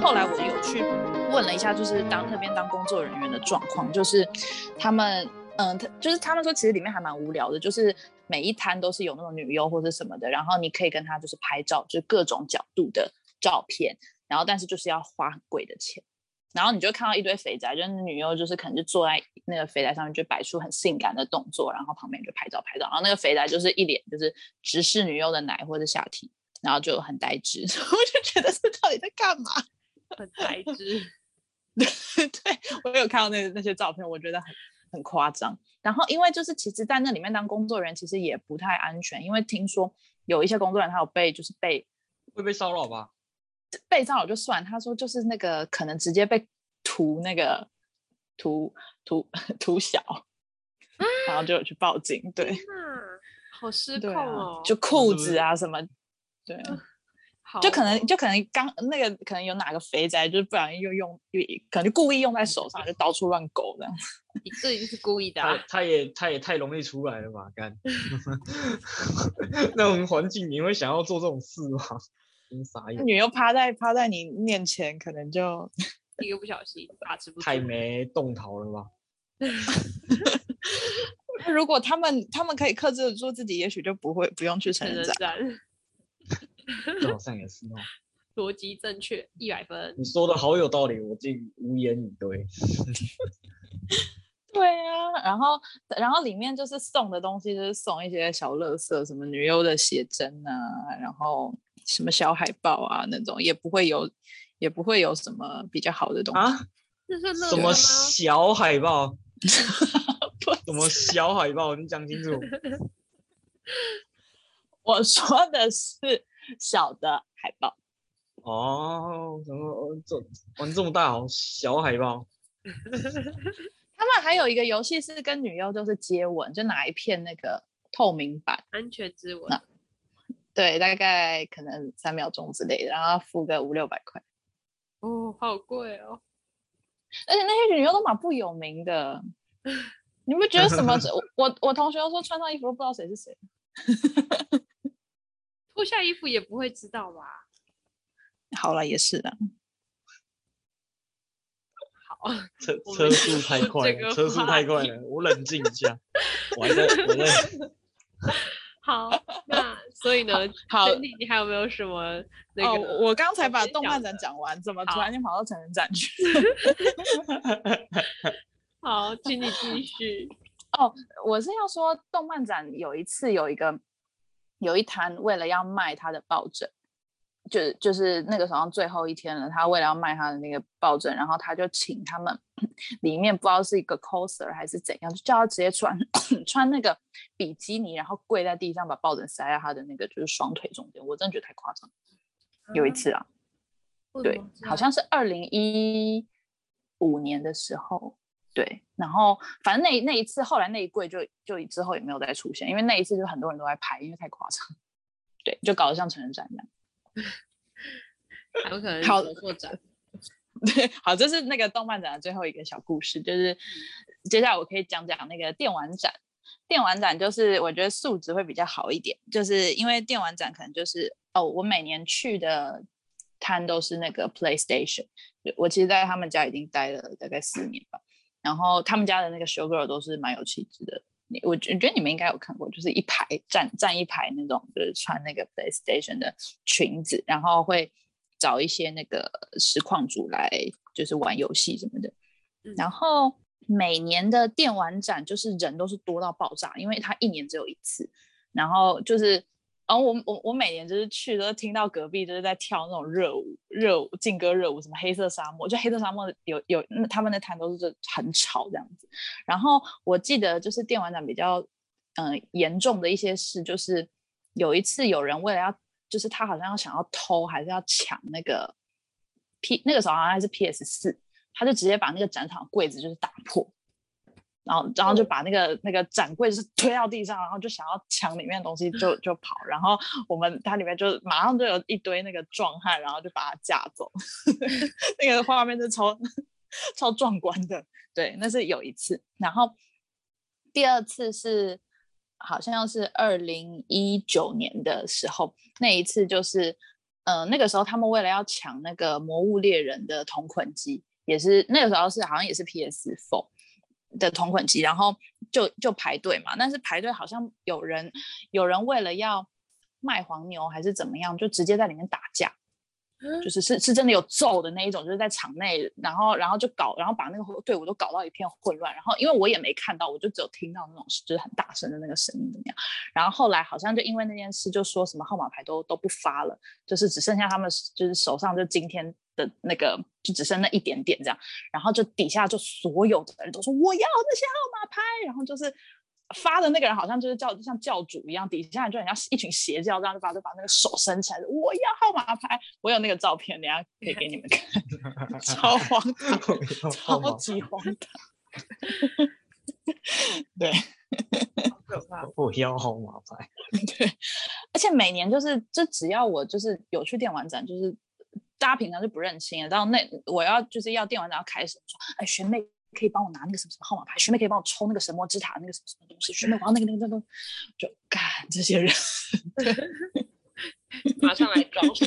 后来我有去问了一下，就是当那边当工作人员的状况，就是他们，嗯、他就是他们说其实里面还蛮无聊的，就是每一摊都是有那种女优或者什么的，然后你可以跟他就是拍照，就是各种角度的照片，然后但是就是要花很贵的钱。然后你就看到一堆肥宅，就是女优，就是可能就坐在那个肥宅上面，就摆出很性感的动作，然后旁边就拍照拍照，然后那个肥宅就是一脸就是直视女优的奶或者下体，然后就很呆滞， 所以我就觉得这到底在干嘛？很 白痴。对我有看到那那些照片，我觉得很很夸张。然后因为就是其实，在那里面当工作人员其实也不太安全，因为听说有一些工作人员他有被就是被会被骚扰吧？被骚扰就算，他说就是那个可能直接被涂那个涂涂涂小，啊然后就有去报警，对天哪，好失控对哦啊，，就裤子啊什么，对啊。好就可能哦就可能刚那个可能有哪个肥宅，就是不小心又用，又可能就故意用在手上，就到处乱勾这样。你这一定是故意的他啊，他也他也太容易出来了吧？干， 那种环境你会想要做这种事吗？真傻眼，女优趴在趴在你面前，可能就 一个不小心把持不住太没动头了吧？如果他们他们可以克制得住自己，也许就不会不用去成成人人展。展，这好像也是哦。啊 逻辑正确，一百分。你说的好有道理，我竟无言以对。对啊，然后然后里面就是送的东西，就是送一些小乐色，什么女优的写真啊，然后什么小海报啊那种，也不会有也不会有什么比较好的东西。啊？这是乐什色么吗？小海报？不 什么小海报？你讲清楚。我说的是小的海报。哦，什么哦这玩这么大哦？小海报？他们还有一个游戏是跟女优就是接吻，就拿一片那个透明板，安全之吻，那对，大概可能三秒钟之类的，然后付个五六百块。哦，好贵哦。而且那些女优都蛮不有名的，你不觉得 什么？我我我同学都说穿上衣服都不知道谁是谁，脱下衣服也不会知道吧？好了也是的，好，车我车们速太这快了，个车速话太快题了，我冷静一下。我还在，我在。 好，那所以呢，好。你你还有没有什么那哦个？，我刚才我把先动讲漫的展讲完，怎么突好然间跑到成人展去？好，请你继续。我是要说，动漫展有一次有一个有一摊为了要卖他的抱枕，就就是那个时候最后一天了，他为了要卖他的那个抱枕，然后他就请他们里面不知道是一个 coser 还是怎样，就叫他直接穿 穿那个比基尼，然后跪在地上把抱枕塞在他的那个就是双腿中间，我真的觉得太夸张了。有一次啊，为 什对么，这好样像是二零一五年的时候，对，然后反正那那一次，后来那一柜就就之后也没有再出现，因为那一次就很多人都在拍，因为太夸张，对，就搞得像成人展一样。还有可能好 走错展。对，好，这是那个动漫展的最后一个小故事，就是接下来我可以讲讲那个电玩展。电玩展就是我觉得素质会比较好一点，就是因为电玩展可能就是哦，我每年去的摊都是那个 PlayStation，我其实在他们家已经待了大概四年吧，然后他们家的那个 showgirl 都是蛮有气质的。你我觉我觉得你们应该有看过，就是一排站站一排那种，就是穿那个 PlayStation 的裙子，然后会找一些那个实况组来就是玩游戏什么的。嗯然后每年的电玩展就是人都是多到爆炸，因为它一年只有一次。然后就是，然后我我我每年就是去都听到隔壁就是在跳那种热舞，热舞劲歌热舞，什么黑色沙漠，就黑色沙漠的有有那他们的摊都是很吵这样子。然后我记得就是电玩展比较嗯、呃严重的一些事，就是有一次有人为了要，就是他好像要想要偷还是要抢那个 P 那个时候好像还是 PS 四，他就直接把那个展场柜子就是打破。然后，然后就把那个那个展柜就是推到地上，然后就想要抢里面的东西就就跑，然后我们它里面就马上就有一堆那个壮汉，然后就把他架走， 那个画面就超 超壮观的。对，那是有一次，然后第二次是好像是二零一九年的时候，那一次就是呃，那个时候他们为了要抢那个《魔物猎人》的同捆机，也是那个时候是好像也是 PS Four 的同捆机，然后就就排队嘛，但是排队好像有人有人为了要卖黄牛还是怎么样，就直接在里面打架，就是是是真的有揍的那一种，就是在场内，然后然后就搞，然后把那个队伍都搞到一片混乱，然后因为我也没看到，我就只有听到那种就是很大声的那个声音怎么样，然后后来好像就因为那件事，就说什么号码牌都都不发了。就是只剩下他们就是手上就今天的那个就只剩那一点点这样，然后就底下就所有的人都说我要那些号码牌，然后就是发的那个人好像就是教像教主一样，底下人就很像一群邪教这样，就把就把那个手伸起来，我要号码牌，我有那个照片，等一下可以给你们看， 超荒 唐，超级荒唐， 对。好可怕！我要号码牌，而且每年就是，这只要我就是有去电玩展，就是大家平常就不认亲了。到那我要就是要电玩展要开始，说哎学妹可以帮我拿那个什么什么号码牌，学妹可以帮我抽那个神魔之塔那个什么什么东西，学妹我要那个那个那个，就干这些人， 马上来招手。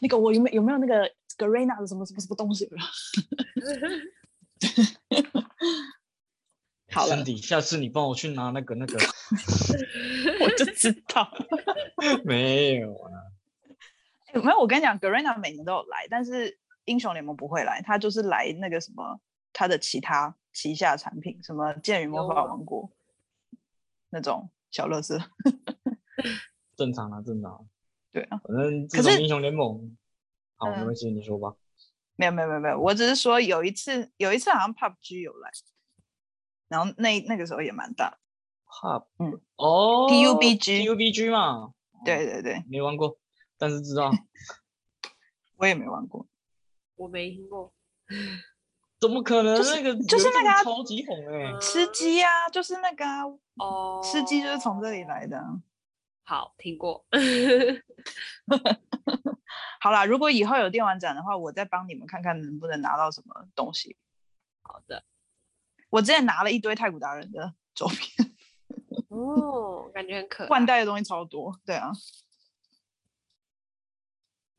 那个我有没有有没有那个 Garena 的什么什么什么东西？ 好了， Cindy，下次你帮我去拿那个那个，我就知道。没有啊，欸没有，我跟你讲，Garena 每年都有来，但是英雄联盟不会来，他就是来那个什么他的其他旗下产品，什么《剑与魔有法啊王国》那种小乐色。正常啊，正常啊。对啊，反正可这种是英雄联盟，好，嗯没关系，你说吧。没有没有没有没有，我只是说有一次有一次好像 PUBG 有来，然后那那个时候也蛮大的， Pub，嗯，哦 PUBG PUBG 嘛，对对对，没玩过，但是 知道。我也没玩过， 我没听过，怎么可能？就是那个就是有一那阵个啊超级红哎、嗯吃鸡啊，就是那个啊，哦，吃鸡就是从这里来的啊、好听 过，好啦，如果以后有电玩展的话，我再帮你们看看能不能拿到什么东西。好的我之前拿了一堆太古达人的 周边，哦，感觉很可换爱。代的东西超多。对啊，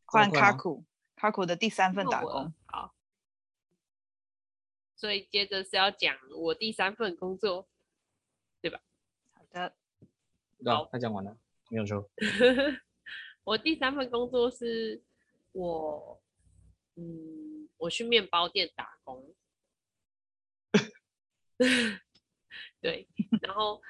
换快啊卡库，卡库的第三份那打哦我工。好，所以接着是要讲我第三份工作，好的，对啊，他讲完了，没有说。我第三份工作是我，嗯，我去面包店打工。对，然后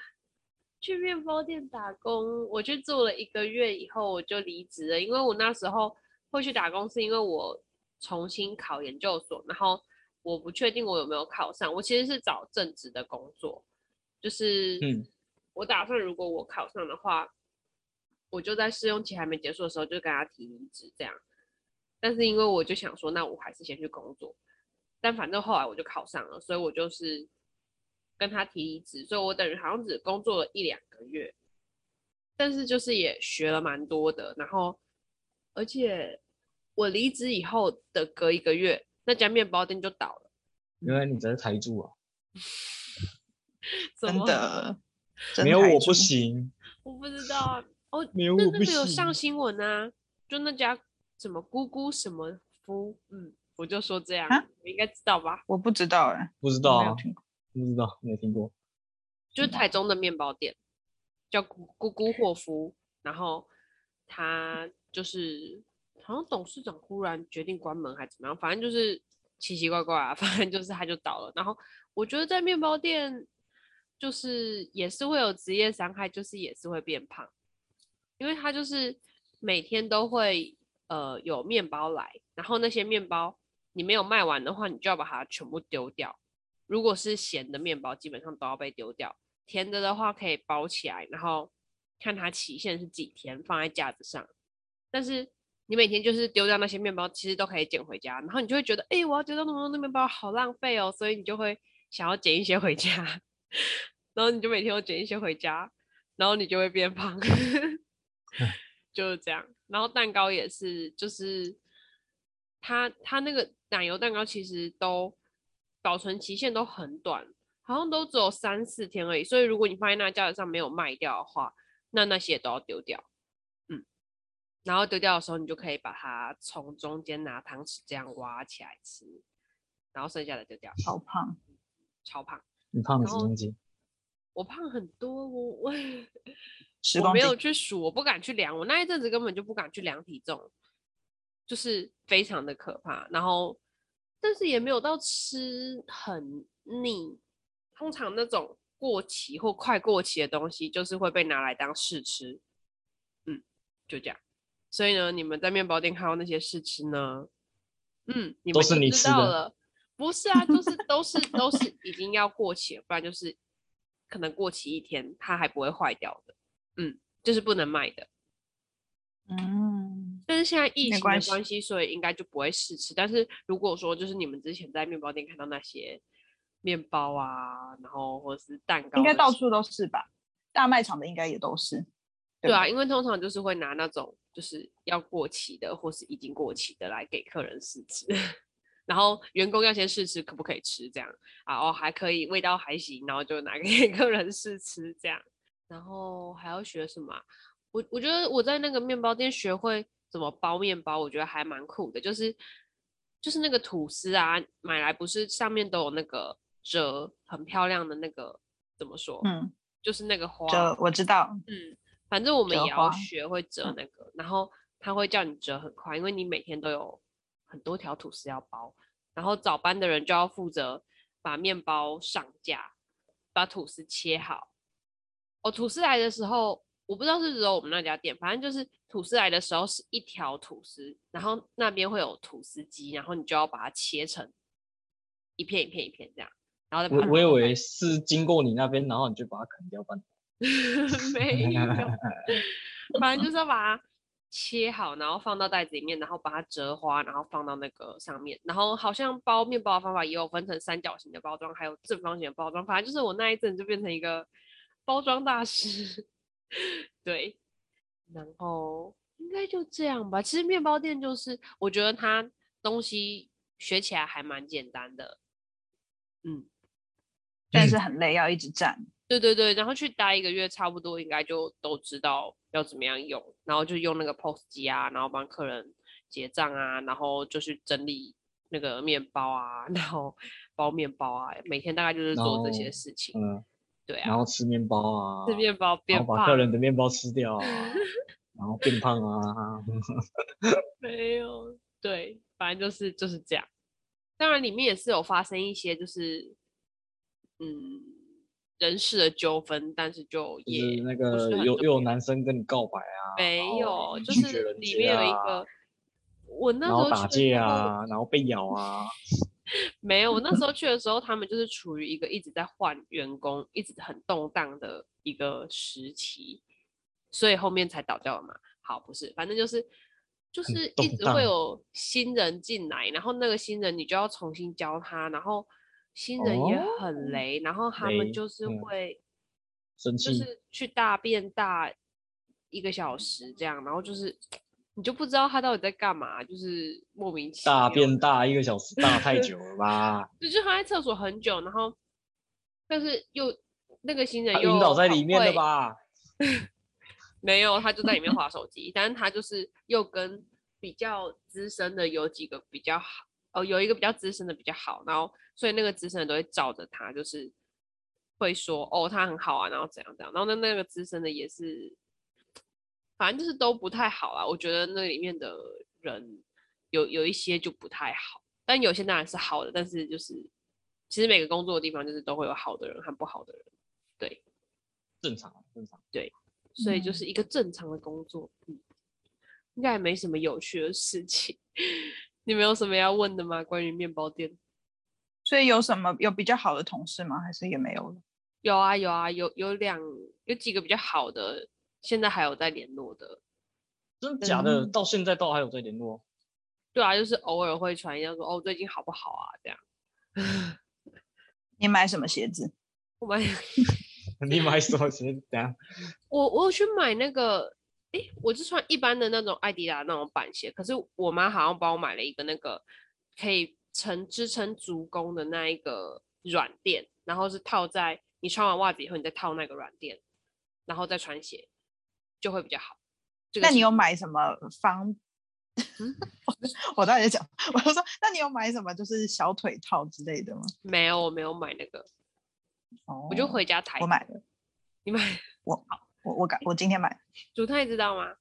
去面包店打工，我去做了一个月以后，我就离职了，因为我那时候会去打工，是因为我重新考研究所，然后我不确定我有没有考上，我其实是找正职的工作，就是嗯，我打算如果我考上的话，我就在试用期还没结束的时候就跟他提离职这样。但是因为我就想说，那我还是先去工作。但反正后来我就考上了，所以我就是跟他提离职，所以我等于好像只工作了一两个月，但是就是也学了蛮多的。然后，而且我离职以后的隔一个月，那家面包店就倒了，原来你只是台柱啊，怎真么的，真没有台我柱不。行，我不知道啊，哦，没有那哎我那不个有上行新闻啊，就那家什么姑姑什么夫，嗯，我就说这样啊，你应该知道吧？我不知道哎、不知我道没有啊，听过。不知道，没听过。就是台中的面包店，叫姑姑姑霍夫，然后他就是好像董事长忽然决定关门还怎么样，反正就是奇奇怪怪啊， 反正就是他就倒了。然后我觉得在面包店就是也是会有职业伤害，就是也是会变胖，因为他就是每天都会呃有面包来，然后那些面包你没有卖完的话，你就要把它全部丢掉。如果是咸的面包，基本上都要被丢掉。甜的的话可以包起来，然后看它期限是几天，放在架子上。但是你每天就是丢掉那些面包，其实都可以捡回家，然后你就会觉得，哎、我要丢掉那么多的面包，好浪费哦，所以你就会想要捡一些回家， 然后你就每天都捡一些回家，然后你就会变胖， 就是这样。然后蛋糕也是，就是它它那个奶油蛋糕其实都保存期限都很短，好像都只有三四天而已。所以如果你放在那架子上没有卖掉的话，那那些也都要丢掉。嗯，然后丢掉的时候，你就可以把它从中间拿汤匙这样挖起来吃，然后剩下的丢掉。好胖，超胖，你胖了然几后公斤？我胖很多，我我十我公没斤有去数，我不敢去量，我那一阵子根本就不敢去量体重，就是非常的可怕。然后，但是也没有到吃很腻，通常那种过期或快过期的东西，就是会被拿来当试吃，嗯，就这样。所以呢，你们在面包店看到那些试吃呢，嗯，你都们是就你知吃道的了，不是啊，就是都是都是已经要过期了，不然就是可能过期一天它还不会坏掉的，嗯，就是不能卖的。嗯，但是现在没疫情的关关系系，所以应该就不会试吃。但是如果说就是你们之前在面包店看到那些面包啊，然后或者是蛋糕，应该到处都是吧？大卖场的应该也都是。对对啊，因为通常就是会拿那种就是要过期的或是已经过期的来给客人试吃， 然后员工要先试吃可不可以吃这样啊，哦还可以，味道还行，然后就拿 给客人试吃这样，然后还要学什么啊、我我觉得我在那个面包店学会怎么包面包，我觉得还蛮酷的，就是就是那个吐司啊，买来不是上面都有那个折很漂亮的那个怎么说，嗯，就是那个花这我知道。嗯，反正我们折也要花学会折嗯那个，然后他会叫你折很快，因为你每天都有很多条吐司要包，然后早班的人就要负责把面包上架，把吐司切好。哦，吐司来的时候，我不知道是只有我们那家店，反正就是吐司来的时候是一条吐司，然后那边会有吐司机，然后你就要把它切成一片一片一片这样，然后再把它我我以放在为是经过你那边，然后你就把它砍掉半。 没有，反正就是要把它切好，然后放到袋子里面，然后把它折花，然后放到那个上面。然后好像包面包的方法也有分成三角形的包装，还有正方形的包装。反正就是我那一阵就变成一个包装大师， 对。然后应该就这样吧。其实面包店就是，我觉得它东西学起来还蛮简单的，嗯。但是很累，要一直站。对对对，然后去待一个月，差不多应该就都知道要怎么样用，然后就用那个 POS 机啊，然后帮客人结账啊，然后就去整理那个面包啊， 然后包面包啊，每天大概就是做这些然后事情。嗯，对然啊，后吃面包啊，吃面包然变后胖，把客人的面包吃掉 啊，然后变胖啊。 没有，对，反正就是就是这样。当然，里面也是有发生一些就是嗯人事的纠纷，但是就就也是那不个是很有重又要有男生跟你告白啊，然没后有，你就拒绝是人里家面有一啊个，我那时然候后去打的架时候，啊，然后被咬 啊，没有，我那时候去的时候，他们就是处于一个一直在换员工，一直很动荡的一个时期，所以后面才倒掉了嘛。好，不是，反正就是就很是一动直荡会有新人进来，然后那个新人你就要重新教他，然后新人也哦很雷，然后他们雷就是嗯会。生就气。是去大便大一个小时这样，然后就是你就不知道他到底在干嘛，就是莫名其妙大的便大一个小时，大太久了吧？就就他在厕所很久，然后但是又那个新人他又晕倒在很里面了会？吧？没有，他就在里面划手机，但是他就是又跟比较资深的有几个比较好，哦，有一个比较资深的比较好，然后所以那个资深的都会罩着他，就是会说哦他很好啊，然后怎样怎样，然后那那个资深的也是，反正就是都不太好啦。我觉得那里面的人有有一些就不太好，但有些当然是好的，但是就是其实每个工作的地方就是都会有好的人和不好的人，正常，正常。所以就嗯是一个正常的工作，嗯，应该也没什么有趣的事情。 你们有什么要问的吗？关于面包店？所以有什么有比较好的同事吗？还是也没有了？有啊有啊，有有两有几个比较好的，现在还有在联络的。真的假的？嗯到现在都还有在联络？ 对啊，就是偶尔会传一下说哦最近好不好啊这样。你买什么鞋子？我 买你买什么鞋？ 等下，我我有去买那个，诶，我是穿一般的那种艾迪达那种板鞋，可是我妈好像帮我买了一个那个可以撑支撑足弓的那一个软垫，然后是套在你穿完袜子以后，你再套那个软垫，然后再穿鞋就会比较好，这个那你是嗯有买什么方？ 我到底在讲，我就说，那你有买什么就是小腿套之类的吗？没有？我没有买那个，哦我就回家抬。我买了，你买？ 我我改，我今天买，主太知道吗？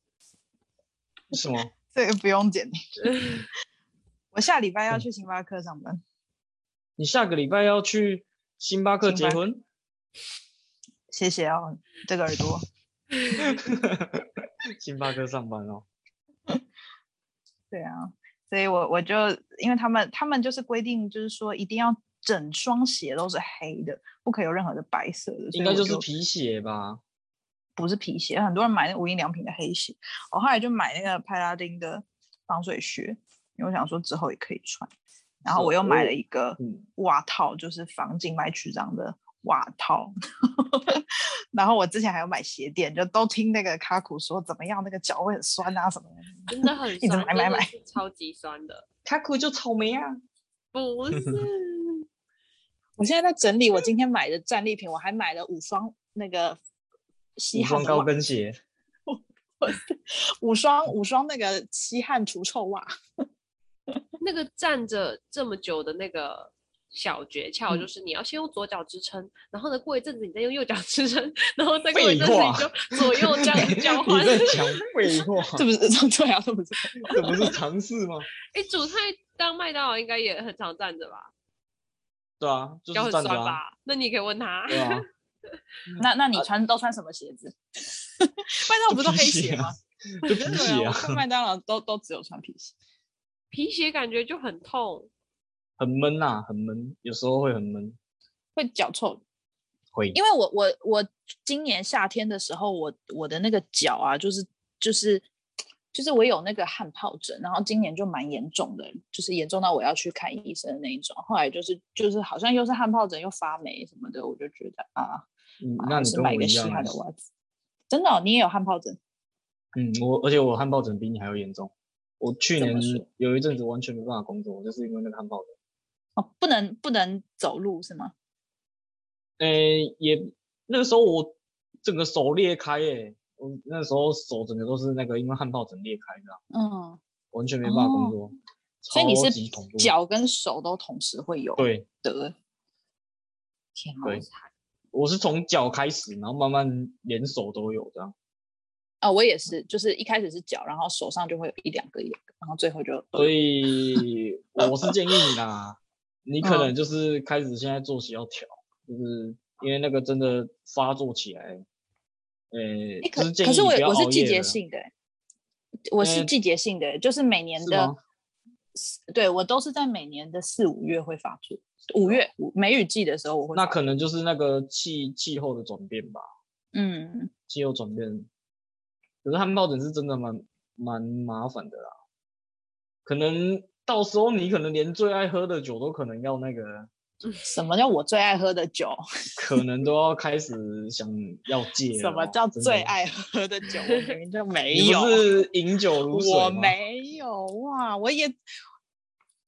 什么？这个不用剪。 我下礼拜要去星巴克上班，你下个礼拜要去星巴克结星巴克婚？ 谢谢哦，这个耳朵。星巴克上班哦。对啊，所以我我就因为他们他们就是规定，就是说一定要整双鞋都是黑的，不可以有任何的白色的，所应以该我就是皮鞋吧？不是皮鞋，很多人买那无印良品的黑鞋，我后来就买那个派拉丁的防水靴，因为我想说之后也可以穿，然后是我又哦买了一个嗯，袜套，就是防静脉曲张的袜套。 然后我之前还有买鞋垫，就都听那个卡苦说怎么样，那个脚会很酸啊什么的。真的很 一直酸，买真买的买是超级酸的。卡酷就草莓啊。 不是我现在在整理我今天买的战利品，我还买了五双那个一西汉双的高袜跟鞋，五双五双那个西汉除臭袜。那个站着这么久的那个小诀嗯窍，就是你要先用左脚支撑，然后呢，过一阵子你再用右脚支撑，然后再过一阵子废你话就左右这样交 你换。在讲废话， 这不是对啊，这不是这不是尝试吗？ 哎，主菜当麦当劳应该也很常站着吧？对啊，就脚是很站酸着啊，吧？那你可以问他。 对 啊，那那你穿都穿什么鞋子？ 麦当劳不是都皮黑鞋鞋啊吗？就皮鞋对啊，我啊，看麦当劳都都只有穿皮鞋。皮鞋感觉就很痛，很闷呐，很闷，有时候会很闷，会脚臭，会因为我我我今年夏天的时候，我我的那个脚啊，就是就是就是我有那个汗疱疹，然后今年就蛮严重的，就是严重到我要去看医生的那一种。后来就是就是好像又是汗疱疹又发霉什么的，我就觉得啊，嗯啊那还你是跟买一我个一稀样啊罕，的袜子。真的哦、你也有汗疱疹？嗯，我而且我汗疱疹比你还要严重。我去怎年么说有一阵子完全没办法工作，就是因为那个汗疱疹。哦，不能不能走路是吗？诶、也那个时候我整个手裂开诶、我那时候手整个都是那个因为汗疱疹裂开的啊、嗯，完全没办法工哦作，所以你超是级恐怖。脚跟手都同时会有对，得。天啊！对我是从脚开始，然后慢慢连手都有这样。啊、我也是，就是一开始是脚，然后手上就会有一两个一两个，然后最后就所 以我是建议你啦，你可嗯能就是开始现在作息要调，就是因为那个真的发作起来，呃、诶就是可建可议是你我不要我是熬季夜节了性的欸、我是呃季节性的欸、就是每年是的吗，四对我都是在每年的四五月会发作，五月五梅雨季的时候我会哦那发可能就是那个气气候的转变吧，嗯，气候转变。可是汗疱疹是真的蛮蛮麻烦的啦，可能到时候你可能连最爱喝的酒都可能要那个，什么叫我最爱喝的酒？可能都要开始想要戒了哦。什么叫真最的？爱喝的酒？我明明就没你有，不是饮酒如水我吗没有哇，我也。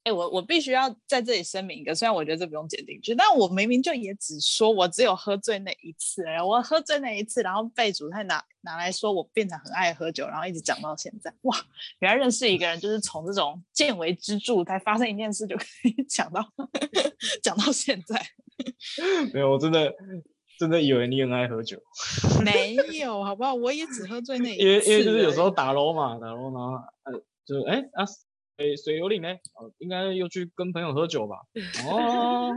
哎、我我必须要在这里声明一个，虽然我觉得这不用剪进去，但我明明就也只说我只有喝醉那一次而已，我喝醉那一次，然后被主太拿拿来说我变成很爱喝酒，然后一直讲到现在。哇，原来认识一个人就是从这种见微知著，才发生一件事就可以 讲到讲到现在。 没有，我真的真的以为你很爱喝酒，没有，好不好？我也只喝醉那一次因而为已。因为就是有 时候打楼嘛，打楼然后呃就是哎啊水水游岭呢，哦应该又去跟朋友喝酒 吧？哦，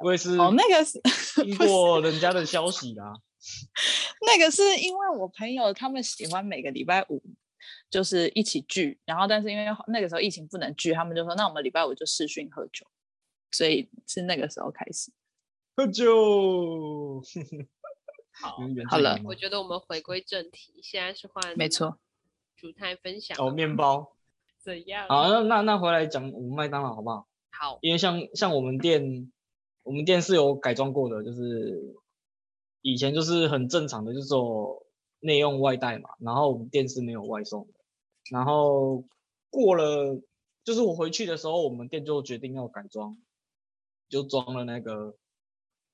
我也是哦，那个是听过人家的消息啦，那个是因为我朋友他们喜欢每个礼拜五就是一起聚，然后但是因为那个时候疫情不能聚，他们就说那我们礼拜五就视讯喝酒，所以是那个时候开始。喝酒。 好你是原好住了民吗我觉得我们回归正题，现在是换没错，主太分享哦，了面吗包。怎样？好，啊那那那回来讲我们麦当劳好不好？好，因为像像我们店，我们店是有改装过的，就是以前就是很正常的，就是有内用外带嘛，然后我们店是没有外送的。然后过了，就是我回去的时候，我们店就决定要改装，就装了那个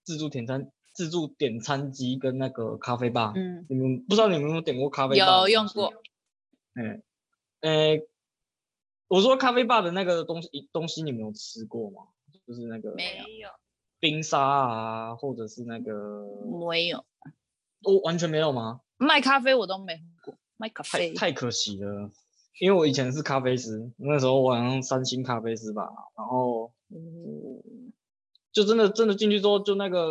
自助点餐、自助点餐机跟那个咖啡吧。嗯，你们不知道你们有没有点过咖啡吧？有用过。，嗯，呃，我说咖啡吧的那个东西东西，你们有吃过吗？就是那个没有，冰沙啊，或者是那个，没有我、完全没有吗？卖咖啡我都没喝过，卖咖太啡太可惜了，因为我以前是咖啡师，那时候我好像三星咖啡师吧，然后嗯就真的真的进去之后，就那个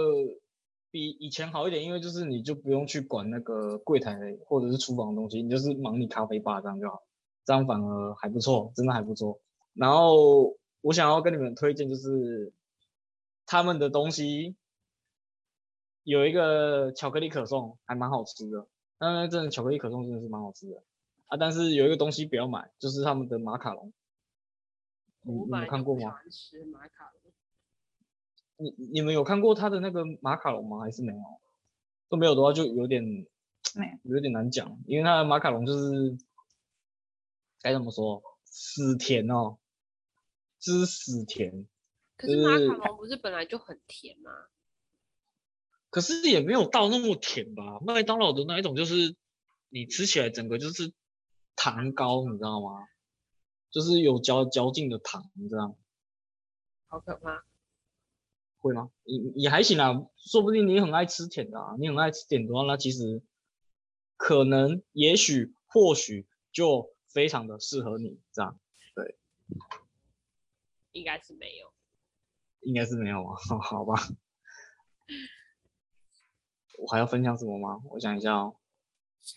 比以前好一点，因为就是你就不用去管那个柜台或者是厨房的东西，你就是忙你咖啡吧这样就好，这样反而还不错，真的还不错。然后我想要跟你们推荐就是他们的东西有一个巧克力可颂，还蛮好吃的。那真的巧克力可颂真的是蛮好吃的啊，但是有一个东西不要买，就是他们的马卡龙。你我本你来有就看过不吗呃喜？欢吃马卡龙，你你们有看过他的那个马卡龙吗？还是没有？都没有的话，就有点没有有点难讲，因为他的马卡龙就是该怎么说，死甜哦，就是死甜，可是马就是卡龙不是本来就很甜吗？可是也没有到那么甜吧。麦当劳的那一种就是你吃起来整个就是糖糕，你知道吗？就是有嚼嚼劲的糖，你知道吗好可怕！会吗？也也还行啦，说不定你很爱吃甜的啊，你很爱吃甜的话，那其实可能、也许、或许就非常的适合你，这样应该是没有。应该是没有啊， 好吧？我还要分享什么吗？我想一下哦。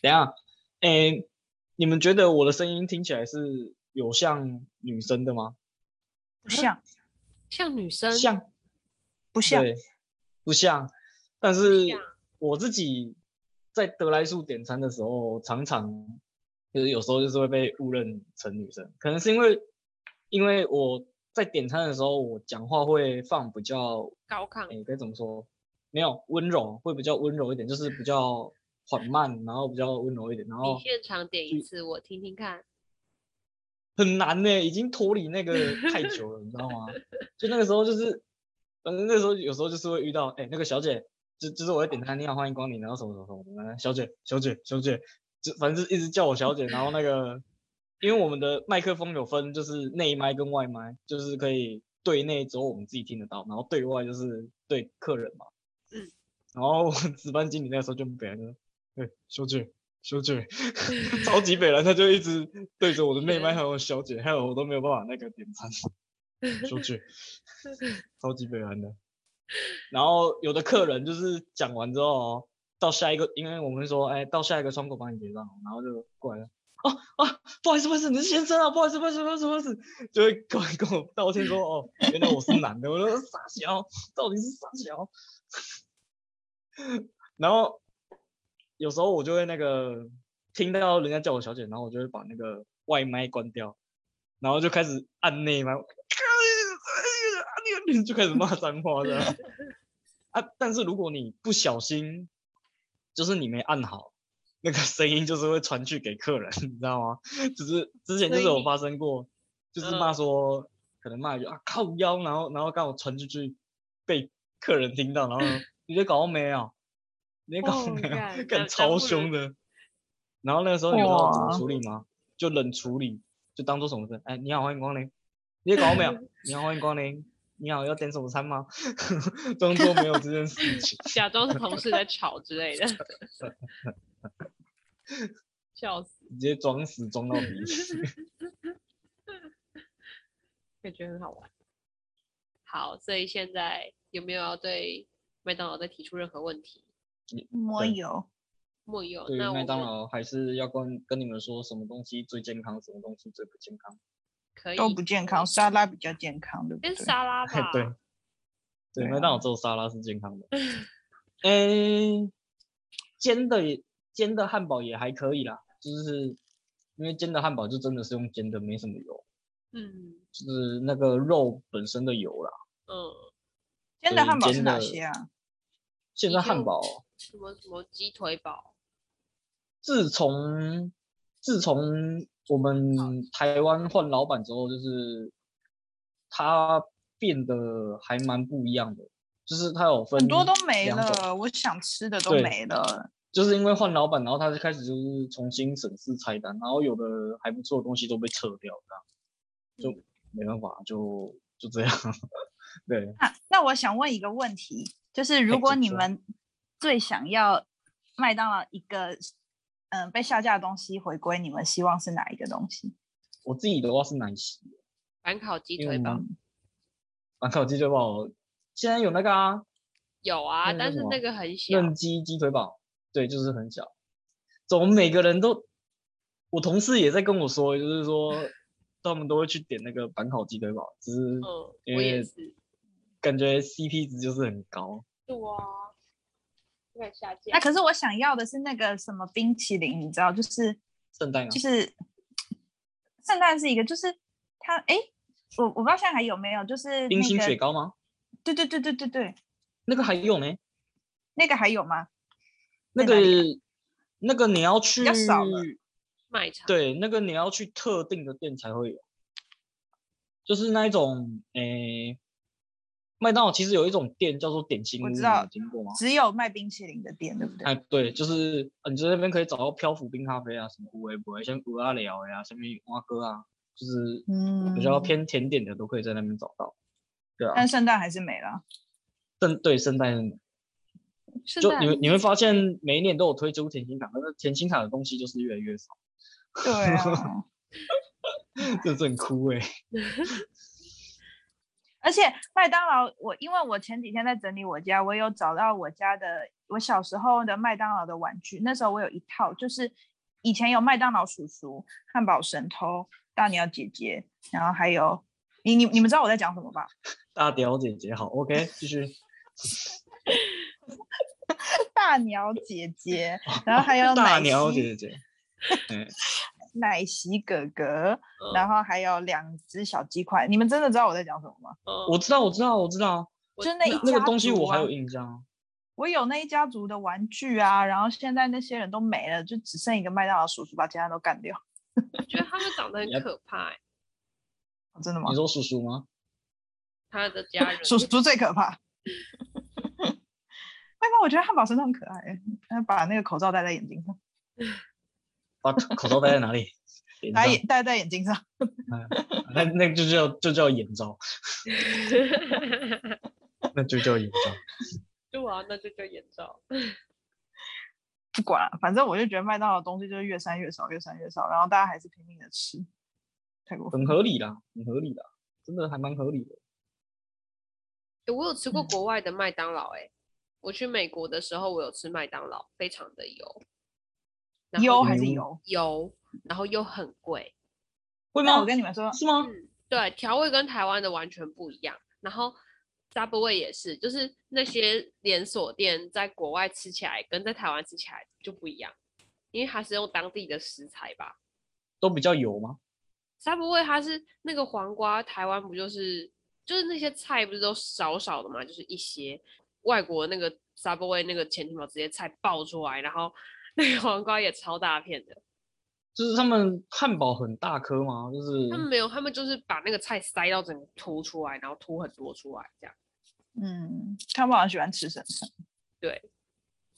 等一下，诶、你们觉得我的声音听起来是有像女生的吗？不像像女生，像， 不像，对，不像。但是像我自己在德莱树点餐的时候，常常就是有时候就是会被误认成女生，可能是因为因为我在点餐的时候，我讲话会放比较，高亢，诶，该怎么说？没有温柔，会比较温柔一点，就是比较缓慢，然后比较温柔一点，然后你现场点一次，我听听 看。很难呢、已经脱离那个太久了，你知道吗？就那个时候就是，反正那时候有时候就是会遇到，哎、那个小姐，就就是我会点餐，你好，欢迎光临，然后什么什么什么的，然后小姐，小姐，小姐，就反正是一直叫我小姐，然后那个，因为我们的麦克风有分，就是内麦跟外麦，就是可以对内只有我们自己听得到，然后对外就是对客人嘛。嗯。然后 我值班经理那时候就很北来了，哎、小姐，小姐， 超级北蓝，他就一直对着我的妹妹还有我小姐，还有我都没有办法那个点餐，小姐，超级北蓝的。然后有的客人就是讲完之后哦，到下一个，因为我们会说，哎，到下一个窗口帮你结账，哦然后就过来了。哦啊，不好意思，不好意思，你是先生啊，不好意思，不好意思，不好意思，不好意思，就会过来跟我道歉说，哦，原来我是男的，我说 傻小，到底是傻小。然后有时候我就会那个听到人家叫我小姐，然后我就会把那个外麦关掉，然后就开始按内麦， 就开始骂脏话的啊。但是如果你不小心，就是你没按好，那个声音就是会传去给客人，你知道吗？就是之前就所是以有你发生过，就是骂嗯说、可能骂一句啊靠腰，然后然后刚好传出去被客人听到，然后 你在搞没有？你在搞哦 没有？干干难超难不凶能的。然后那个时候你知道怎么哇处理吗？就冷处理，就当做什么事？哎，你好，欢迎光临。你在搞 没有？你好，欢迎光临。你好，要点什么餐吗？ 装作没有这件事情。假装是同事在吵之类的， 笑死，直接装死 装到底。感觉很好玩。好，所以现在有没有要对麦当劳再提出任何问题？没有，没有，对于那我麦当们劳，还是要跟跟你们说什么东西最健康，什么东西最不健康。可以都不健康，沙拉比较健康，对不跟对？沙拉吧，对，啊对，对麦啊当劳只有沙拉是健康的。诶、煎的也煎的汉堡也还可以啦，就是因为煎的汉堡就真的是用煎的，没什么油，嗯就是那个肉本身的油啦。嗯，煎的所以汉堡是煎哪的些啊？现以在前汉我堡什么什么鸡腿堡，自从自从我们台湾换老板之后，就是他变得还蛮不一样的。就是它有分很多都没两种了，我想吃的都对没了。就是因为换老板，然后他就开始就是重新审视菜单，然后有的还不错的东西都被撤掉，这嗯样就没办法，就就这样。 对，那那我想问一个问题，就是嘿如果哎请你说们最想要麦当劳一个嗯、呃被下架的东西回归，你们希望是哪一个东西？我自己的话是奶昔，板烤鸡因腿为我堡们板烤鸡腿堡现在有那个啊，有啊，那个叫但是什么那个很小，嫩鸡鸡腿堡，对，就是很小。怎么每个人都，我同事也在跟我说，就是 说他们都会去点那个板烤鸡腿堡，只是嗯，因我也为是，感觉 CP 值就是很高。对啊，那下架那、可是我想要的是那个什么冰淇淋，你知道，就是圣诞啊就，是圣诞是一个，就是它哎，我我不知道现在还有没有，就是冰那心个雪糕吗？对对对对对对，那个还有呢，那个还有吗？那在个哪里啊那个你要去较少了卖场，对，那个你要去特定的店才会有，就是那一种诶，麦当劳其实有一种店叫做点心屋，我你知有道听过吗？只有卖冰淇淋的店，对不对？哎，对，就是呃你在那边可以找到漂浮冰咖啡啊，什么无为不为，像乌阿聊呀，下面蛙哥啊，就是嗯，比较，偏甜点的都可以在那边找到。对啊但，圣诞还是没了。圣对圣诞圣就诞你会你会发现每一年都有推出甜心卡，但是甜心卡的东西就是越来越少， 对啊，这真枯萎。而且麦当劳，我因为我前几天在整理我家，我有找到我家的我小时候的麦当劳的玩具，那时候我有一套，就是以前有麦当劳叔叔、汉堡神偷、大鸟姐姐，然后还有你你你们知道我在讲什么吧？大屌姐姐好，OK，继续。大鸟姐 姐，然后还有大奶鸟昔姐姐，哎奶昔哥哥，嗯然后还有两只小鸡块。你们真的知道我在讲什么吗？嗯我知道，我知道，我知道，我就那一那那个家东西族我还啊有印象。我有那一家族的玩具啊，然后现在那些人都没了，就只剩一个麦当劳叔叔把其他人都干掉。我觉得他们长得很 Yep 可怕、欸，哦真的吗你？说叔叔吗？他 的家 人叔叔最可怕。麦当，我觉得汉堡真的很可爱，欸他把那个口罩戴在眼睛上，把口罩戴在哪里？ 眼罩戴，眼戴在眼睛上。那那个就叫就叫眼罩，那就叫眼罩。对啊，那就叫眼罩。 不管了，反正我就觉得麦当劳的东西就是越删越少，越删越少，然后大家还是拼命的吃，太过分很合理啦，很合理啦，真的还蛮合理的。欸我有吃过嗯国外的麦当劳、欸，我去美国的时候，我有吃麦当劳，非常的油，然后油又还是油油？油，然后又很贵。会那吗？我跟你们说，是吗？嗯，对，调味跟台湾的完全不一样。然后 Subway 也是，就是那些连锁店在国外吃起来跟在台湾吃起来就不一样，因为它是用当地的食材吧。都比较油吗？ Subway 它是那个黄瓜，台湾不就是就是那些菜不是都少少的嘛，就是一些外国那个 Subway 那个前提堡直接菜爆出来，然后那个黄瓜也超大片的。就是他们汉堡很大颗吗？就他们是没有，他们就是把那个菜塞到整个凸出来，然后凸很多出来这样。嗯，他们好像喜欢吃神菜。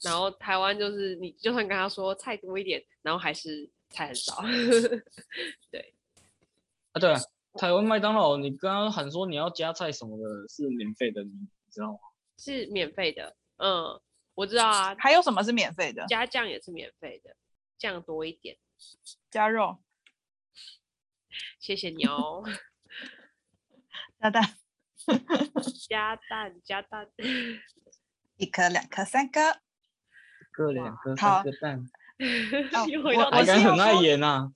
然后台湾就是你就算跟他说菜多一点，然后还是菜很少。 啊，对啊，台湾麦当劳，你刚刚喊说你要加菜什么的，是免费的，你你知道吗？是免费的。嗯，我知道啊，还有什么是免费的？加酱也是免费的，酱多一点，加肉、谢谢你哦。 加蛋，加蛋加蛋，一颗、两颗、三颗。各两颗，好三个蛋，哦 又我回到我还蛋是敢要很爱说演啊！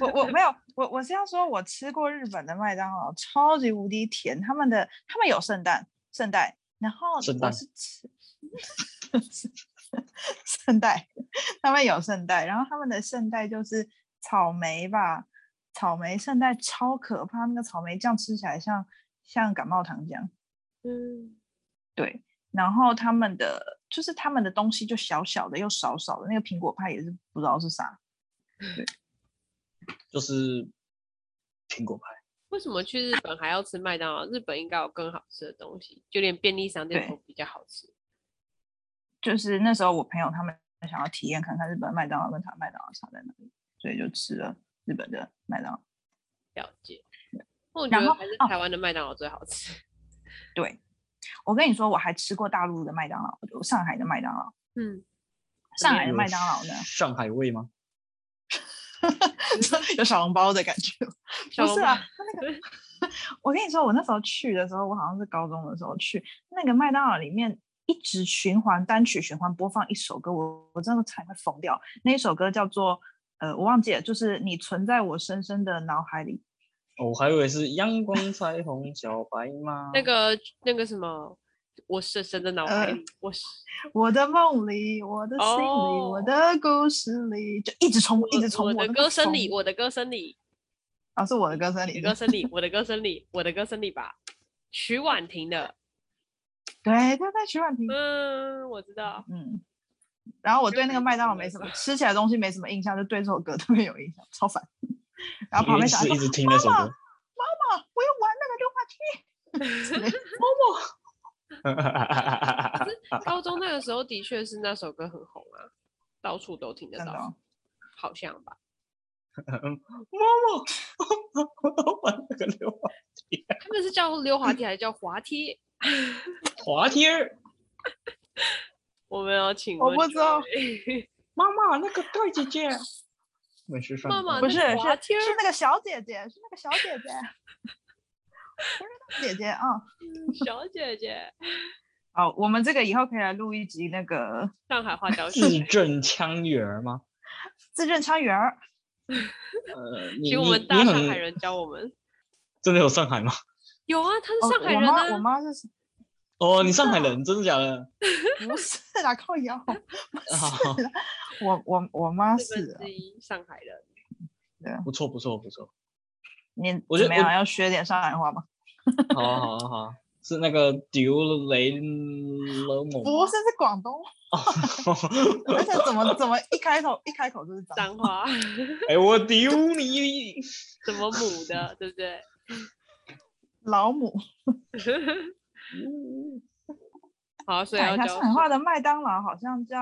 我我没有，我我是要说，我吃过日本的麦当劳，超级无敌甜。他们的他们有圣诞圣代，然后圣我诞是吃圣代，他们有圣代，然后他们的圣代就是草莓吧，草莓圣代超可怕，那个草莓酱吃起来像像感冒糖浆，嗯，对。然后他们的就是他们的东西就小小的又少少的，那个苹果派也是不知道是啥，就是苹果派，为什么去日本还要吃麦当劳？日本应该有更好吃的东西，就连便利商店对都比较好吃。就是那时候我朋友他们想要体验看看日本麦当劳跟台湾麦当劳差在哪里，所以就吃了日本的麦当劳。了解。我觉然得后还是哦台湾的麦当劳最好吃。对，我跟你说，我还吃过大陆的麦当劳，就上海的麦当劳。嗯，上海的有麦当劳呢，上海味吗？有 小笼包的感觉。小不笼是包啊，那个 我跟你说，我那时候去的时候，我好像是高中的时候去，那个麦当劳里面一直循环单曲循环播放一首歌，我我真的差点快疯掉。那一首歌叫做呃，我忘记了，就是你存在我深深的脑海里。哦我还以为是阳光、彩虹、小白 马。那个那个什么，我深深的脑呃海里，我是我的梦里，我的心里，哦我的故事里，就一直重播，一直重我播。的那歌个声疯里，我的歌声里，啊，是我的歌声你里，的歌声里，我的歌声里，我的歌声里吧。曲婉婷的，对对对，徐婉婷，嗯，我知 道。嗯。然后我对那个麦当劳没什么那，吃起来的东西没什么印象，就对这首歌 特别有印象，超烦。然后旁你边一小孩直说一直听那首歌。妈，我要玩那个溜滑梯。 高中那个时候的确是那首歌很红啊，到处都听得真的到哦，好像吧？妈妈，我要玩那个溜滑他们是叫溜滑梯还是叫滑梯？滑梯儿。我们要请我问不知道这位妈妈，那个怪姐姐。美食上妈妈，不那是个是滑梯儿是那个小姐姐，是那个小姐姐，不是那个姐姐啊。嗯小姐姐，好，我们这个以后可以来录一集那个上海话教学。字正腔圆吗？字正腔圆儿。呃，你请我你们你大上海很人教我们。真的有上海吗？有啊，他是哦上海我人妈啊。我妈 是哦，你上海知道人，真的假的？不是啦？靠腰，不 好是啦。啊我我我妈四分是啊之一上海人， 不错，不错，不错。你我怎觉么得样？我要学点上海话吗？好啊，好啊，好啊，是那个丢雷了 某不是，是广东话。哦 而且怎么怎么一开头一开口就是脏脏话？话哎，我丢你！什么母的，对不对？ 老母，好，所以看要一下教上海话的麦当劳好像叫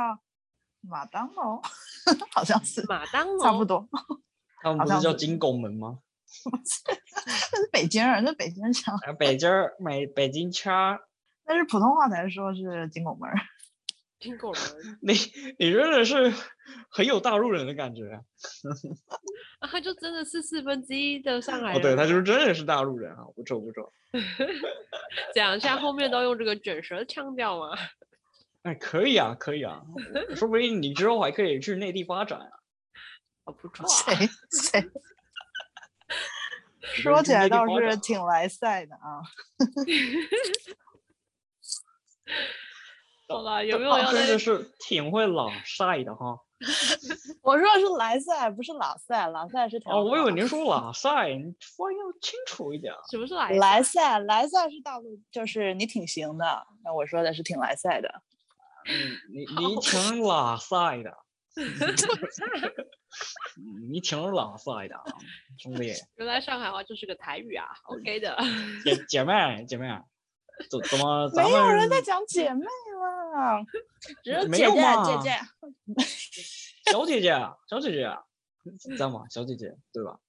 马当劳， 好像是马当劳，差不多。 他们好不是像叫是金拱门吗？那是北京人，那北京人讲，啊，北京儿，美北京腔。那是普通话才说是金拱门儿。苹果人，你你真的是很有大陆人的感觉啊！啊他就真的是四分之一的上海哎哦，人。对，他就是真的是大陆人啊，不错不错，这样，现在后面都用这个卷舌腔调嘛。哎，可以啊，可以啊，我说不定你之后还可以去内地发展啊。哦，不错、啊，谁 谁你说就起去来内地倒发展是啊挺来赛的啊。好啦，有这没有要真在的是挺会老晒的哈。 我说的是来赛，不是拉赛，拉赛是台湾哦，我以为话您说老晒，你发音要清楚一点啊。什么是来来赛，来赛是大陆，就是你挺行的。那我说的是挺来赛的，嗯， 你你挺哦老晒的，嗯 你挺老晒的啊，兄弟原来上海话就是个台语啊，OK 的。姐姐妹姐妹，怎怎么咱没有人在 们讲姐妹啦， 只是没姐有姐姐嘛姐。小姐姐小姐姐是这样嘛？小姐姐对吧？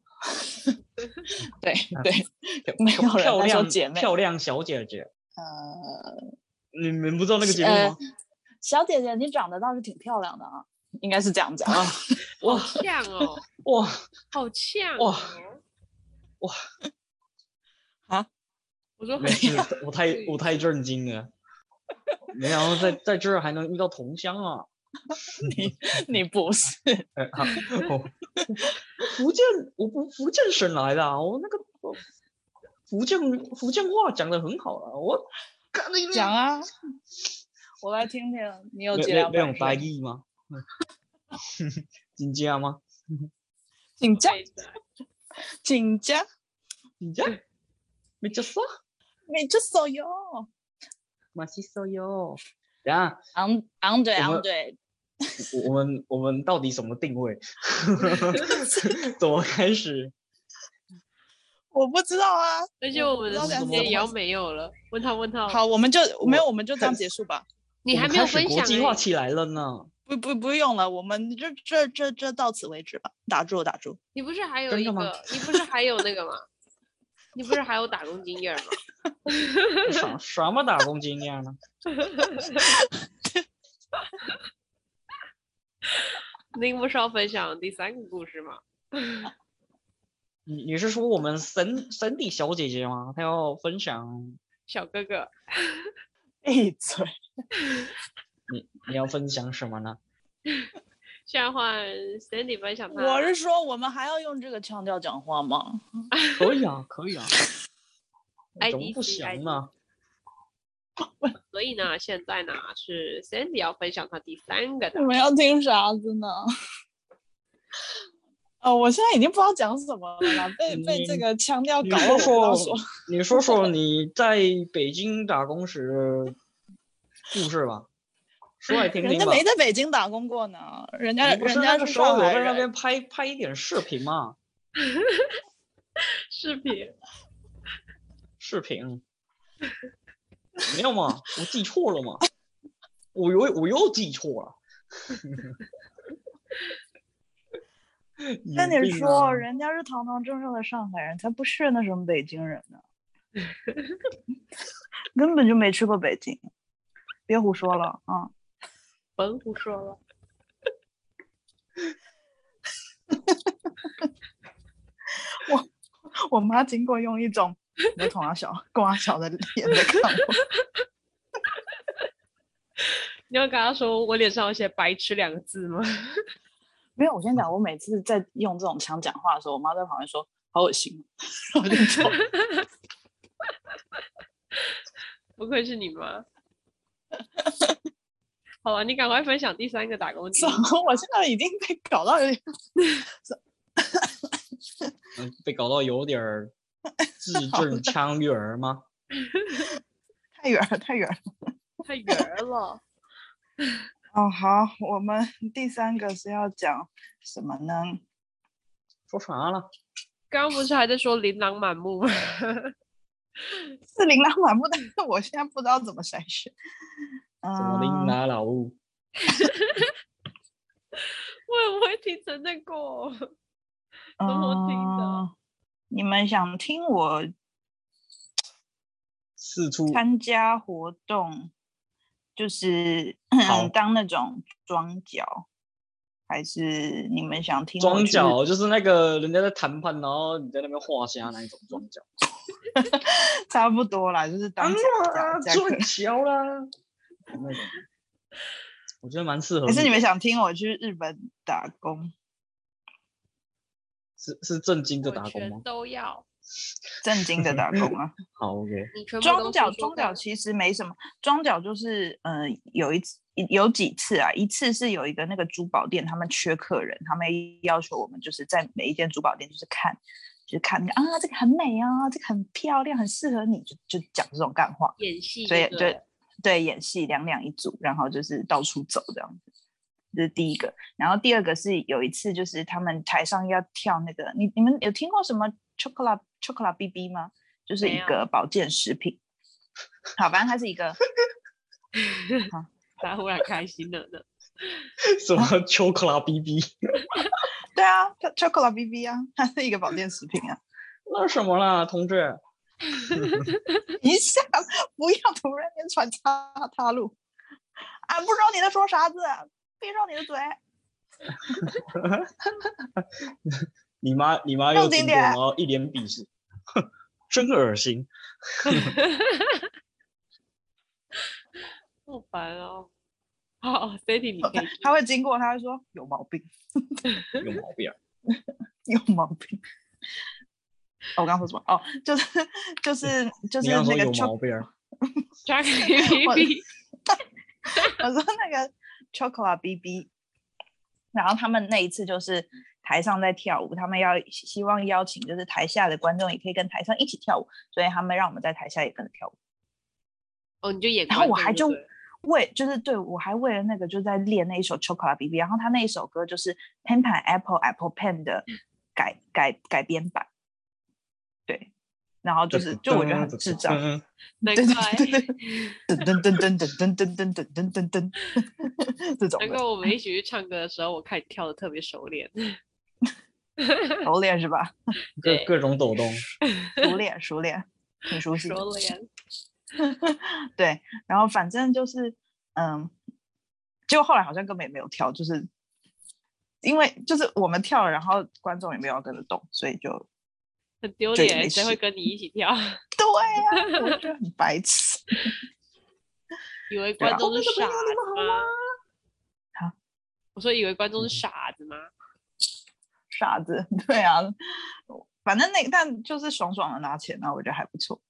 对啊对，没有人漂在说亮姐妹。漂亮小姐姐，呃，你们不知道那个节目呃吗？小姐姐，你长得倒是挺漂亮的啊，应该是这样讲。啊，好哇呛哦，呃哇好呛、哦、哇哇！啊！我说很没事，我太我太震惊了，没想到在在这儿还能遇到同乡啊！你不是，哎 啊，我我福建，我不福建省来的啊，我那个我福建福建话讲的很好啊，我干你 讲啊，我来听听你有那几那两那种本大事。意吗？ 真假吗？请这讲，请讲，真假？没接受，没这首哟。没接受哟。等一下，昂昂对我们昂对，我 我们我们到底什么定位？怎么开始？我不知道啊。而且我们的我不知道时怎么间也要回没有了。问号问号，好，我们就没有，我们就这样结束吧。你我还们没有开始分国享际欸化起来了呢。不不不用了，我们就这这这到此为止吧。打住打住，你不是还有真一的吗个，你不是还有那个吗？你不是还有打工经验吗？什什么打工经验呢？您不是要分享第三个故事吗？你你是说我们神神底小姐姐吗？她要分享，小哥哥，闭嘴。你要分享什么呢？ 现在换 Sandy 分享他。我是说，我们还要用这个腔调讲话吗？可以啊，可以啊。怎么不 IDC 行呢？所以呢，现在呢是 Sandy 要分享他第三个的你，们要听啥子呢？哦，我现在已经不知道讲什么了啦，被被这你个腔调你搞说我不知道说说。你说说你在北京打工时的故事吧，说来听人听家吧。没在北京打工过呢，人家你不是人那家个是时候上有海在那人。边拍拍一点视频嘛，视频视频没有吗？我记错了吗？我又我又记错了。 那有你病说，啊人家是堂堂正正的上海人，才不是那什么北京人呢， 根本就没去过北京，别胡说了啊！甭胡说了。我妈经过用一种你在捅阿小、跟阿小的眼在看我，你要跟他说我脸上有写“白痴”两个字吗？ 没有，我先讲，我每次在用这种腔讲话的时候，我妈在旁边说好恶心，哦 然后我就走。不愧是你妈。好了，你赶快分享第三个打工经怎 验。么我现在已经被搞到有点嗯被搞到有 点儿字好正腔圆儿吗？太远了，太远了。太圆儿了，哦，好，我们第三个是要讲什么呢？说啥了？刚刚不是还在说琳琅满目吗？是琳琅满目，但是我现在不知道怎么筛选。嗯、怎么琳达老物？我也不会听成那个。怎么听的嗯你们想听我四处参加活动，就是 好当那种庄脚，还是你们想听我装去脚，就是那个人家在谈判，然后你在那边画虾那一种装脚。嗯差不多啦，就是啊当假假客。 桥啦，那种。我觉得蛮适还合的。是你们想听我去日本打工，是是正经的我打工全吗？都要，正经的打工啊？好，OK。 你全部装都脚说说装脚看其实没什么，装脚就是呃有一次有几次啊，一次是有一个那个珠宝店他们缺客人，他们要求我们就是在每一间珠宝店就是看。就是看那个啊，这个很美啊，这个很漂亮，很适合你，就就讲这种干话，演戏所以就对对了对演戏两两一组，然后就是到处走这样子，这是第一个。然后第二个是有一次就是他们台上要跳那个，你你们有听过什么 chocolate chocolate BB 吗？就是没一有个保健食品。好，反正它是一个他忽然开心了呢。什啊么秋克拉 BB？对啊它，chocolate BB 啊，它是一个保健食品 啊。那什么啦，同志？一下不要突然间穿插岔路啊！不知道你在说啥子啊，闭上你的嘴。你妈你妈正又经经过，点然后一脸鄙视，真恶心。好烦哦。好 c i t y 你可以哦他会经过，他会说有毛病，有毛病啊。有毛病。哦我刚说什么？哦，就是就是就你是要说那个有 choc 毛病啊。抓个 APP，我说那个 Chocolate BB，然后他们那一次就是台上在跳舞，他们要希希望邀请就是台下的观众也可以跟台上一起跳舞，所以他们让我们在台下也跟着跳舞。哦，你就演然观后众对了。我还就为就是对我还为了那个就在练那一首 Chocolate BB，然后他那一首歌就是嗯 Pen Pen Apple Apple Pen 的改改改编版，对，然后就是就我觉得很智障，嗯难对怪对对对，噔噔噔噔噔噔噔噔噔噔噔噔，这种难的怪我们一起去唱歌的时候，我看你跳的特别熟练。熟练是吧？各对各种抖动，熟练熟练，挺熟悉的。熟练，对，然后反正就是，嗯，结果后来好像根本也没有跳，就是因为就是我们跳了，然后观众也没有要跟着动，所以就很丢就也脸，没谁事会跟你一起跳？ 对呀、我觉得很白痴。以为对啊观众是傻我们怎么没有子那么吗？好，嗯我说以为观众是傻子吗？傻子， 对啊，反正那但就是爽爽的拿钱呢、我觉得还不错。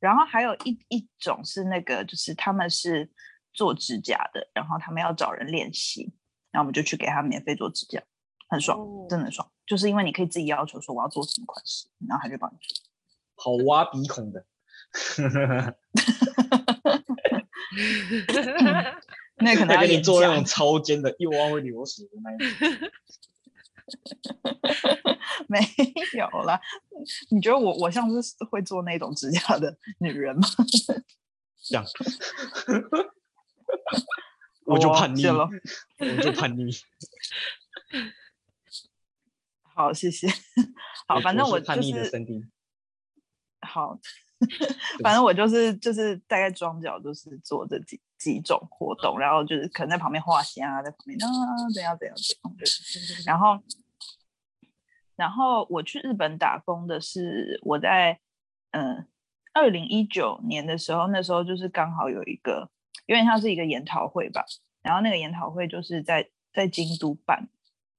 然后还有一一种是那个，就是他们是做指甲的，然后他们要找人练习，然后我们就去给他免费做指甲，很爽，哦？真的很爽。就是因为你可以自己要求说我要做什么款式，然后他就帮你做。好挖鼻孔的。 嗯那可能他要给你演做那讲种，超尖的，一挖会流血的那一种。没有啦。 你觉得我我像是会做那种指甲的女人吗？ 这样， 我就叛逆，谢哦咯我就叛逆。好，谢谢。 好，我反正是我叛就逆的是声音。好，反正我就是就是大概装脚，就是做这几几种活动，然后就是可能在旁边画线啊，在旁边啊怎样怎样怎样，对然后然后我去日本打工的是我在嗯二零一九年的时候，那时候就是刚好有一个有点像是一个研讨会吧，然后那个研讨会就是在在京都办，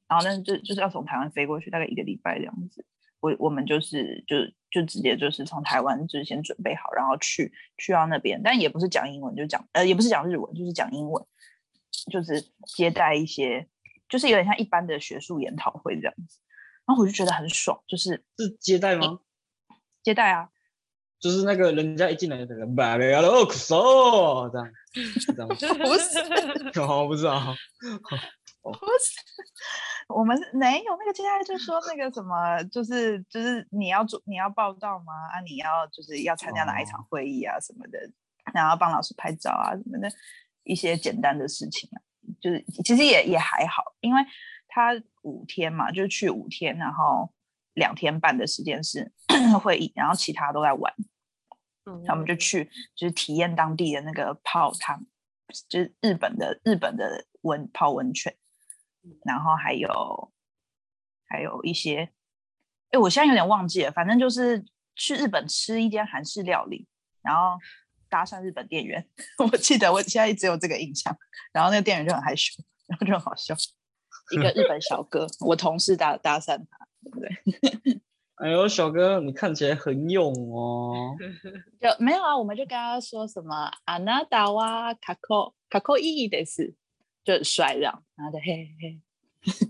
然后但是就就是要从台湾飞过去，大概一个礼拜这样子。我我们就是就就直接就是从台湾就先准备好，然后去去到那边，但也不是讲英文，就讲呃也不是讲日文，就是讲英文，就是接待一些，就是有点像一般的学术研讨会这样子。然后我就觉得很爽，就是是接待吗？接待啊，就是那个人家一进来的人，巴雷亚洛克索这样，是这样吗 不 是，哦，不知道，不是，我们是没有那个接待就说那个什么，就是就是你要做你要报道吗？啊，你要就是要参加哪一场会议啊什么的，然后帮老师拍照啊什么的，一些简单的事情啊，就是其实也也还好，因为他五天嘛，就是去五天，然后两天半的时间是 会议，然后其他都在玩。然后我们就去就是体验当地的那个泡汤，就是日本的日本的温泡温泉，然后还有还有一些，哎，我现在有点忘记了，反正就是去日本吃一间韩式料理，然后搭讪日本店员， 我记得我现在只有这个印象，然后那个店员就很害羞，然后就很好笑，一个日本小哥，我同事搭搭讪他，对不对？哎呦，小哥，你看起来很勇 哦。就没有啊，我们就跟他说什么啊“あなたはかっこかっこいいです”，就很帅这样，然后就嘿嘿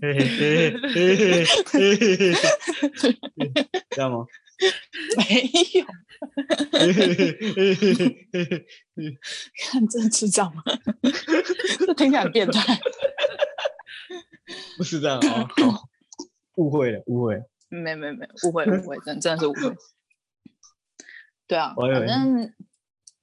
嘿，嘿嘿嘿嘿嘿嘿嘿嘿嘿这样吗？没有，嘿嘿嘿 嘿嘿嘿嘿嘿看这智障吗？ 这听起来很变态，不是这样哦啊，好，误会了，误会了。没没没，误会误会，真真的是误会。对啊，我以反为正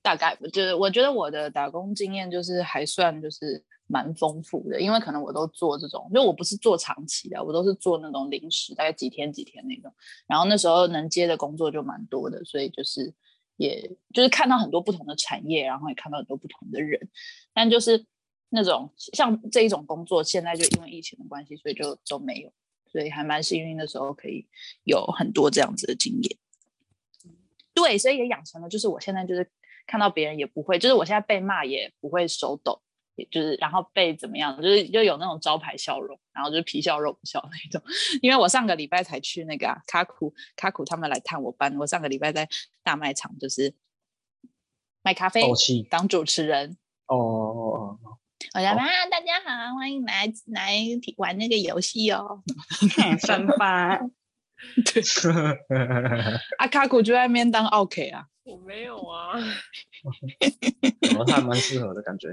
大概就是我觉得我的打工经验就是还算就是蛮丰富的，因为可能我都做这种，就我不是做长期的，我都是做那种临时，大概几天几天那种。然后那时候能接的工作就蛮多的，所以就是也就是看到很多不同的产业，然后也看到很多不同的人，但就是那种像这一种工作，现在就因为疫情的关系，所以就都没有，所以还蛮幸运的时候可以有很多这样子的经验。对，所以也养成了，就是我现在就是看到别人也不会，就是我现在被骂也不会手抖。也就是，然后被怎么样，就是就有那种招牌笑容，然后就是皮笑肉不笑那种。 因为我上个礼拜才去那个、啊、卡库卡库他们来探我班，我上个礼拜在大卖场就是卖咖啡哦爆气当主持人，哦哦 哦我想啊，大家好，欢迎来来体玩那个游戏哦。 三八，哦，阿卡古就在那边当 OK 啊，我没有啊， 我还蛮适合的感觉。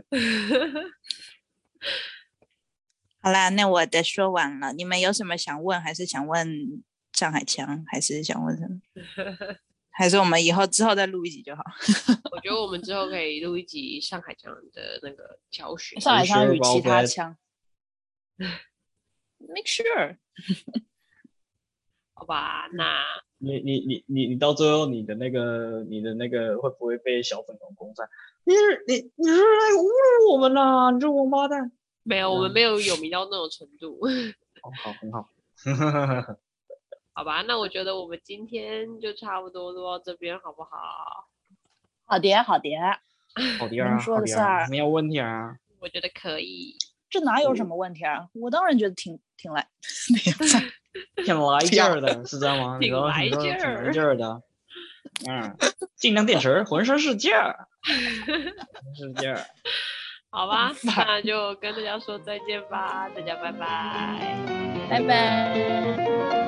好啦，那我的说完了， 你们有什么想问，还是想问上海腔，还是想问什么？还是我们以后之后再录一集就好。我觉得我们之后可以录一集上海腔的那个教学。上海腔与其 sure about 他 that？腔，make sure 好吧，那你你你你你到最后你的那个你的那个会不会被小粉红攻占？你是你你是来侮辱我们呐、你这王八蛋！没有，我们没有有名到那种程度， 很哦好很好，好吧？那我觉得我们今天就差不多录到这边，好不好？好的好的，好的啊，能说好的的事啊，儿没有问题啊。我觉得可以。这哪有什么问题啊？我当然觉得挺挺 来，没有啦挺来劲儿的，是这样吗？你挺说来你说劲挺儿来劲儿的，嗯，尽量电池，浑身是劲儿，浑身是劲儿，好吧，那就跟大家说再见吧，大家拜拜。拜拜。